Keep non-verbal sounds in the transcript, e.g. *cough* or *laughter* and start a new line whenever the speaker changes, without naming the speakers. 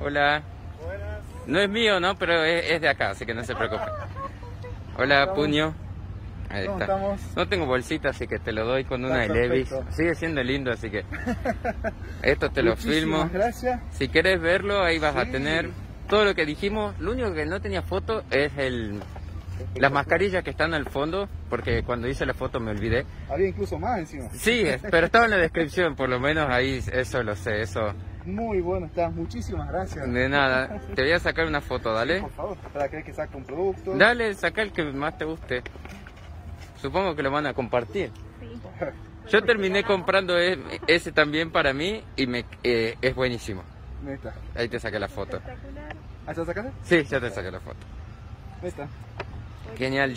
Hola. No es mío, ¿no? Pero es, es de acá, así que no se preocupen. Hola,
¿Cómo
puño. Ahí
¿Cómo
está.
estamos?
No tengo bolsita, así que te lo doy con una de
Está
Levis.
perfecto.
Sigue siendo lindo, así
*laughs*
que esto te lo
Muchísimas
filmo.
Gracias.
Si quieres verlo, ahí vas a
Sí.
tener todo lo que dijimos. Lo único que no tenía foto es el las mascarillas que están al fondo, porque cuando hice la foto me olvidé.
Había incluso más encima. *laughs*
Sí, es- pero estaba en la descripción, por lo menos ahí eso lo sé, eso.
Muy bueno, estás. Muchísimas gracias.
De nada, te voy a sacar una foto, dale.
Por favor, para que que saque un producto.
Dale, saca el que más te guste. Supongo que lo van a compartir. Yo terminé comprando e- ese también para mí y me eh, es buenísimo.
Neta.
Ahí te saqué la foto.
¿Hasta sacaste?
Sí, ya te saqué la foto.
Neta.
Genial.